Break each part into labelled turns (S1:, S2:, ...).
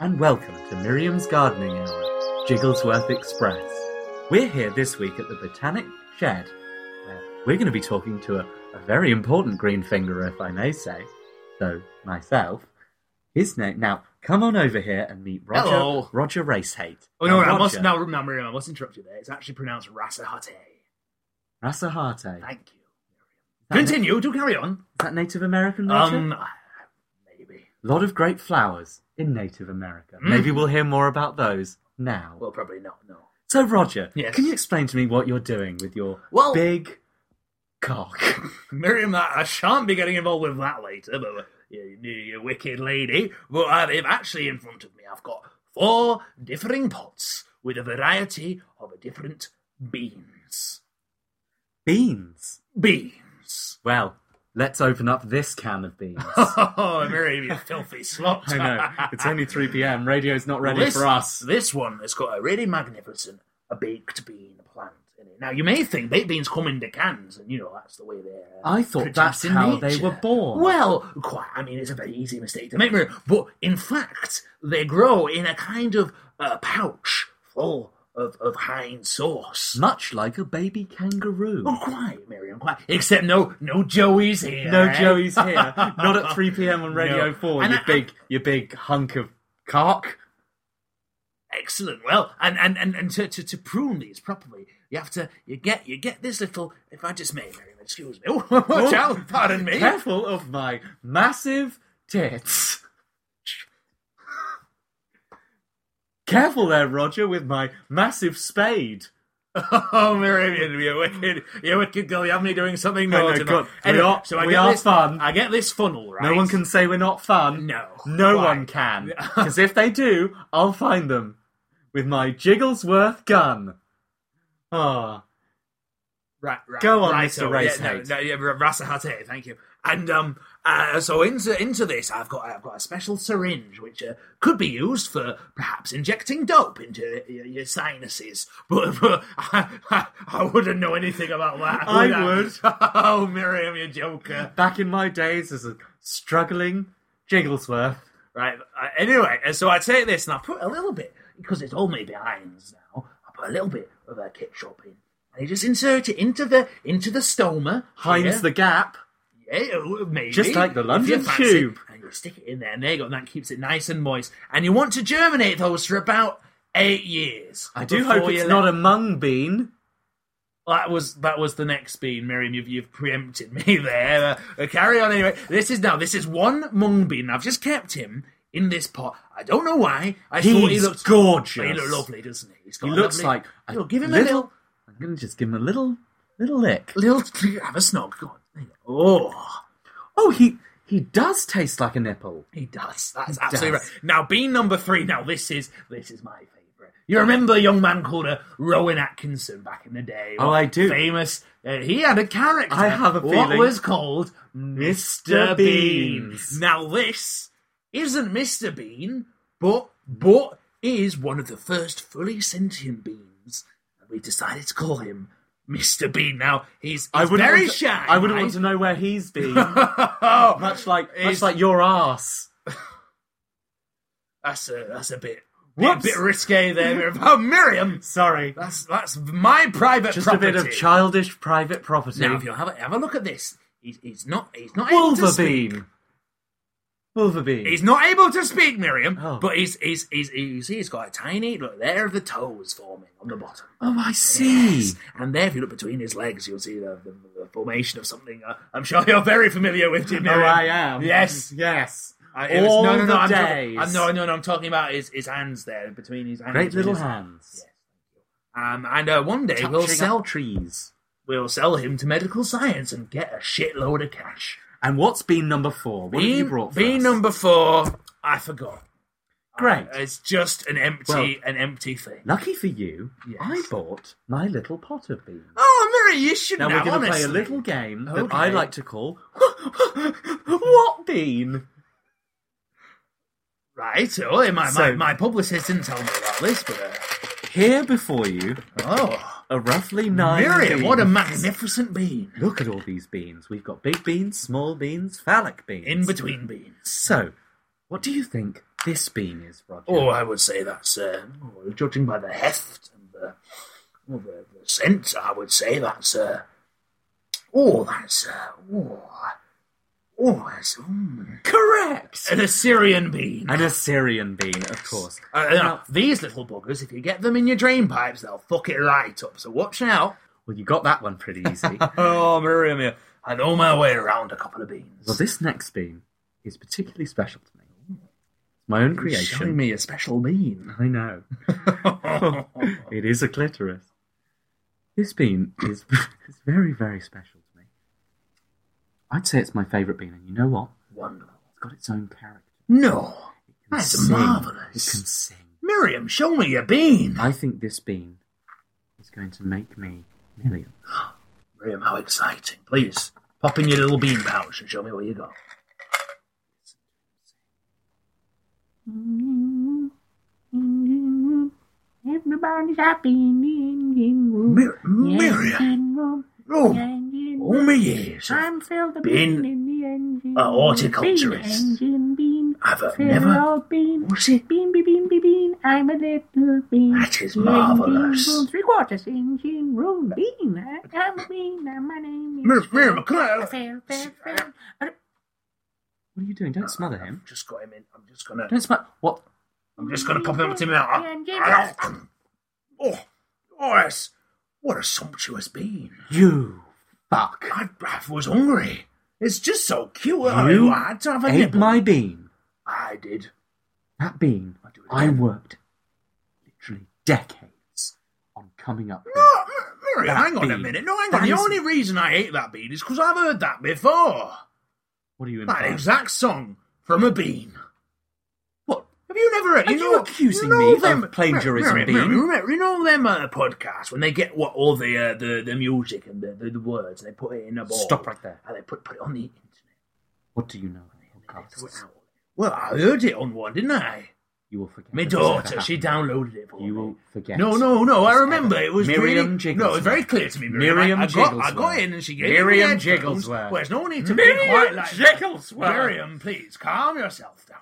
S1: and welcome to Miriam's Gardening Hour, Jigglesworth Express. We're here this week at the Botanic Shed, where we're going to be talking to a, a very important green finger, if I may say, so myself. His name. Now, come on over here and meet Roger.
S2: Hello.
S1: Roger Racehate.
S2: Oh no,
S1: Now,
S2: I must
S1: Roger-
S2: no, no, Miriam, I must interrupt you there. It's actually pronounced Rasahate.
S1: Rasahate. Is
S2: Thank you. Continue. Do carry on.
S1: that Native American, Roger?
S2: Um, maybe
S1: lot of great flowers in Native America.
S2: Mm.
S1: Maybe we'll hear more about those now.
S2: well, probably not. No.
S1: so, Roger,
S2: Yes.
S1: can you explain to me what you're doing with your
S2: Well-
S1: big cock?
S2: Miriam, that I shan't be getting involved with that later. But uh, you, you, you wicked lady. But uh, they've actually in front of me. I've got four differing pots with a variety of different beans.
S1: beans.
S2: Beans.
S1: Well, let's open up this can of beans.
S2: Oh, Miriam, you filthy slot.
S1: I know, it's only 3 pm. Radio's not ready
S2: Well, this,
S1: for us.
S2: This one has got a really magnificent a baked bean plant in it. Now you may think baked beans come in the cans, and you know that's the way they're. uh,
S1: I thought
S2: produced
S1: that's
S2: in
S1: how they
S2: nature.
S1: were born.
S2: Well, quite. I mean, it's a very easy mistake to make, but in fact, they grow in a kind of uh, pouch full of of Heinz sauce.
S1: Much like a baby kangaroo.
S2: Oh, quite, Miriam, quite. Except no, no Joey's here.
S1: No
S2: eh?
S1: Joey's here. Not at 3 pm on Radio
S2: No.
S1: 4,
S2: And
S1: you
S2: I-
S1: big, you big hunk of cock.
S2: Excellent. Well, and and and, and to, to to prune these properly, you have to you get you get this little. If I just may, Miriam, excuse me. Oh, watch
S1: Oh.
S2: out! Pardon me.
S1: Careful of my massive tits. Careful there, Roger, with my massive spade.
S2: Oh, Miriam, you're wicked. You're wicked girl. You have me doing something
S1: No, no,
S2: naughty.
S1: Oh, God, we are- we
S2: get
S1: are
S2: this,
S1: fun.
S2: I get this funnel right.
S1: No one can say we're not fun.
S2: No.
S1: No
S2: Why?
S1: one can. Because if they do, I'll find them with my Jigglesworth gun. Ah,
S2: Right, right.
S1: Go on,
S2: right,
S1: Mr.
S2: so, Yeah,
S1: Racehate.
S2: no, no, yeah, Rasahate, thank you. And um, uh, so into into this, I've got I've got a special syringe which uh, could be used for perhaps injecting dope into your, your sinuses. But, but I, I, I wouldn't know anything about that.
S1: I
S2: oh, Miriam, you joker.
S1: back in my days as a struggling Jigglesworth.
S2: Right. uh, Anyway, and so I take this and I put a little bit because it's all made behinds now. I put a little bit of a ketchup in, and you just insert it into the into the stoma.
S1: Heinz
S2: here.
S1: the gap.
S2: Yeah, uh, maybe.
S1: Just like the
S2: If
S1: London
S2: you fancy.
S1: Tube.
S2: And you stick it in there, and there you go, and that keeps it nice and moist. And you want to germinate those for about eight years.
S1: I do
S2: before
S1: hope
S2: you
S1: it's
S2: let-
S1: not a mung bean.
S2: That was that was the next bean, Miriam. You've you've preempted me there. Uh, uh, carry on anyway. This is now. This is one mung bean. I've just kept him in this pot. I don't know why. I thought he
S1: He's
S2: looked
S1: gorgeous.
S2: He looked lovely, doesn't he? He's got
S1: He
S2: a
S1: looks
S2: lovely-
S1: like a
S2: Look, give him
S1: little,
S2: a little
S1: I'm gonna just give him a little little lick.
S2: little. Have a snog. Go on. There you go. Oh.
S1: Oh, he he does taste like a nipple.
S2: He does. That's
S1: He
S2: absolutely
S1: does.
S2: right. Now, bean number three. Now, this is this is my favourite. You remember a young man called uh, Rowan Atkinson back in the day?
S1: Oh, I do.
S2: Famous. Uh, he had a character.
S1: I have a
S2: What
S1: feeling-
S2: was called Mr.
S1: Mr.
S2: Bean.
S1: Beans.
S2: Now, this isn't Mr. Bean, but but is one of the first fully sentient beings, and we decided to call him Mr. Bean. Now he's, he's
S1: I wouldn't
S2: very
S1: want to,
S2: shy.
S1: I wouldn't
S2: right?
S1: want to know where he's been. much like much
S2: He's-
S1: like your ass.
S2: That's a that's a bit bit,
S1: Whoops.
S2: bit risque there. Oh, Miriam,
S1: Sorry,
S2: that's that's my private
S1: just
S2: property.
S1: a bit of childish private property.
S2: Now, if you have a, have a look at this, he's, he's not he's not able to speak.
S1: Wolverine. Wolverine.
S2: He's not able to speak, Miriam,
S1: Oh.
S2: but he's he's he's you see he's got a tiny look there of the toes forming on the bottom.
S1: oh, I see. Oh,
S2: Yes. And there, if you look between his legs, you'll see the, the, the formation of something. Uh, I'm sure you're very familiar with, Jim.
S1: Oh,
S2: Miriam.
S1: I am.
S2: Yes.
S1: yes.
S2: I- it was-
S1: All
S2: no, no, no,
S1: the
S2: I'm talk-
S1: days.
S2: I'm, no, no, no. I'm talking about his, his hands there between his hands.
S1: Great
S2: between
S1: little
S2: his-
S1: hands.
S2: Um, and uh, one day we'll
S1: Touching
S2: sell
S1: up trees.
S2: we'll sell him to medical science and get a shitload of cash.
S1: And what's bean number four? What have you brought for
S2: bean
S1: us?
S2: number Uh, four, I forgot.
S1: Great.
S2: It's just an empty
S1: Well-
S2: an empty thing.
S1: Lucky for you,
S2: Yes.
S1: I bought my little pot of beans.
S2: Oh, Mary, you should
S1: Now
S2: know,
S1: we're going to play a
S2: honestly.
S1: little game that I
S2: Okay.
S1: like to call What Bean?
S2: Right, oh, my, my,
S1: So-
S2: my publicist didn't tell me about this, but uh,
S1: Here before you
S2: oh,
S1: are roughly nine
S2: Miriam,
S1: beans.
S2: what a magnificent bean!
S1: Look at all these beans. We've got big beans, small beans, phallic beans.
S2: In between beans.
S1: So, what do you think this bean is, Roger?
S2: Oh, I would say that's uh, oh, judging by the heft and the, well, the, the scent. I would say that's uh, oh, that's uh, oh, oh, that's mm,
S1: correct!
S2: an Assyrian bean.
S1: An Assyrian bean, of course.
S2: Uh, now, these little buggers, if you get them in your drain pipes, they'll fuck it right up. So watch out.
S1: Well, you got that one pretty easy.
S2: Oh, Miriam, yeah. I know my way around a couple of beans.
S1: well, this next bean is particularly special to me. It's my own
S2: You're showing
S1: creation.
S2: me a special bean.
S1: I know. it is a clitoris. This bean is is very, very special to me. I'd say it's my favourite bean, and you know what?
S2: Wonderful.
S1: It's got its own character.
S2: No,
S1: It can
S2: that's
S1: sing. It can
S2: marvelous.
S1: sing.
S2: Miriam, show me a bean.
S1: I think this bean is going to make me millions.
S2: Miriam, how exciting! Please pop in your little bean pouch and show me what you got.
S3: Everybody's happy in the engine room.
S2: Mir-
S3: The
S2: Miriam,
S3: engine room. The
S2: oh,
S3: engine
S2: oh,
S3: room.
S2: my years.
S3: I'm Phil the
S2: been
S3: Bean, in the engine
S2: a
S3: room.
S2: horticulturist.
S3: Bean, engine bean.
S2: I've, uh,
S3: Phil
S2: never-
S3: old Bean.
S2: What's it?
S3: Bean, bean, bean, bean, bean. I'm a little bean.
S2: That is
S3: The engine
S2: marvellous.
S3: room, Three quarters engine room. Bean. I- I'm a bean. and My name is
S2: Mir- Miriam, can I have?
S3: Phil, Phil, Phil. Uh,
S1: What are you doing? Don't smother him.
S2: I've just got him in. I'm just gonna.
S1: Don't smother. What?
S2: I'm just gonna pop him up to him now.
S3: Yeah,
S2: Oh, oh, that's, what a sumptuous bean!
S1: You fuck.
S2: I, I was hungry. It's just so cute.
S1: You
S2: I had to have a
S1: Ate
S2: nibble.
S1: my bean.
S2: I did.
S1: That bean,
S2: I'll do it
S1: I
S2: again.
S1: worked literally decades on coming up with.
S2: No, M- Murray,
S1: That
S2: hang on a
S1: bean.
S2: minute. No, hang
S1: That
S2: on. The
S1: is-
S2: only reason I ate that bean is because I've heard that before.
S1: What are you
S2: That
S1: implying?
S2: exact song from a bean.
S1: What?
S2: Have you never heard?
S1: Are
S2: you,
S1: you
S2: know,
S1: accusing
S2: you know
S1: me of
S2: them,
S1: plagiarism,
S2: Murray,
S1: Bean?
S2: Murray, Murray, you know them uh, podcasts when they get what all the uh, the the music and the, the, the words and they put it in a ball.
S1: Stop right there.
S2: And they put put it on the internet.
S1: What do you know of
S2: and they throw it
S1: podcasts?
S2: out. Well, I heard it on one, didn't I?
S1: You will forget.
S2: My
S1: this ever
S2: daughter, she
S1: happened.
S2: downloaded it for
S1: You
S2: me.
S1: will forget.
S2: No, no, no! I
S1: this
S2: remember
S1: ever.
S2: it was
S1: Miriam
S2: really,
S1: Jigglesworth.
S2: No, it was very clear to me. Miriam,
S1: Miriam
S2: I, I got, I
S1: Jigglesworth.
S2: got in and she gave
S1: Miriam
S2: me the headphones.
S1: Jigglesworth.
S2: Well, there's no need to be
S1: Miriam
S2: quite like that.
S1: Jigglesworth.
S2: Miriam, please calm yourself down.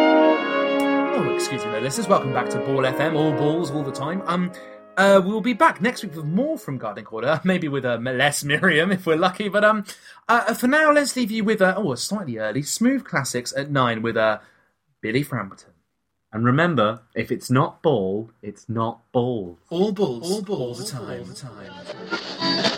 S2: Oh, excuse me, there, listeners. Welcome back to Ball FM, all balls, all the time. Um, uh, we'll be back next week with more from Garden Quarter, maybe with a less Miriam if we're lucky. But um, uh, for now, let's leave you with uh, oh, a slightly early smooth classics at nine with uh, Billy Frampton.
S1: And remember, if it's not ball, it's not balls.
S2: All balls, all balls, all the time, all the time.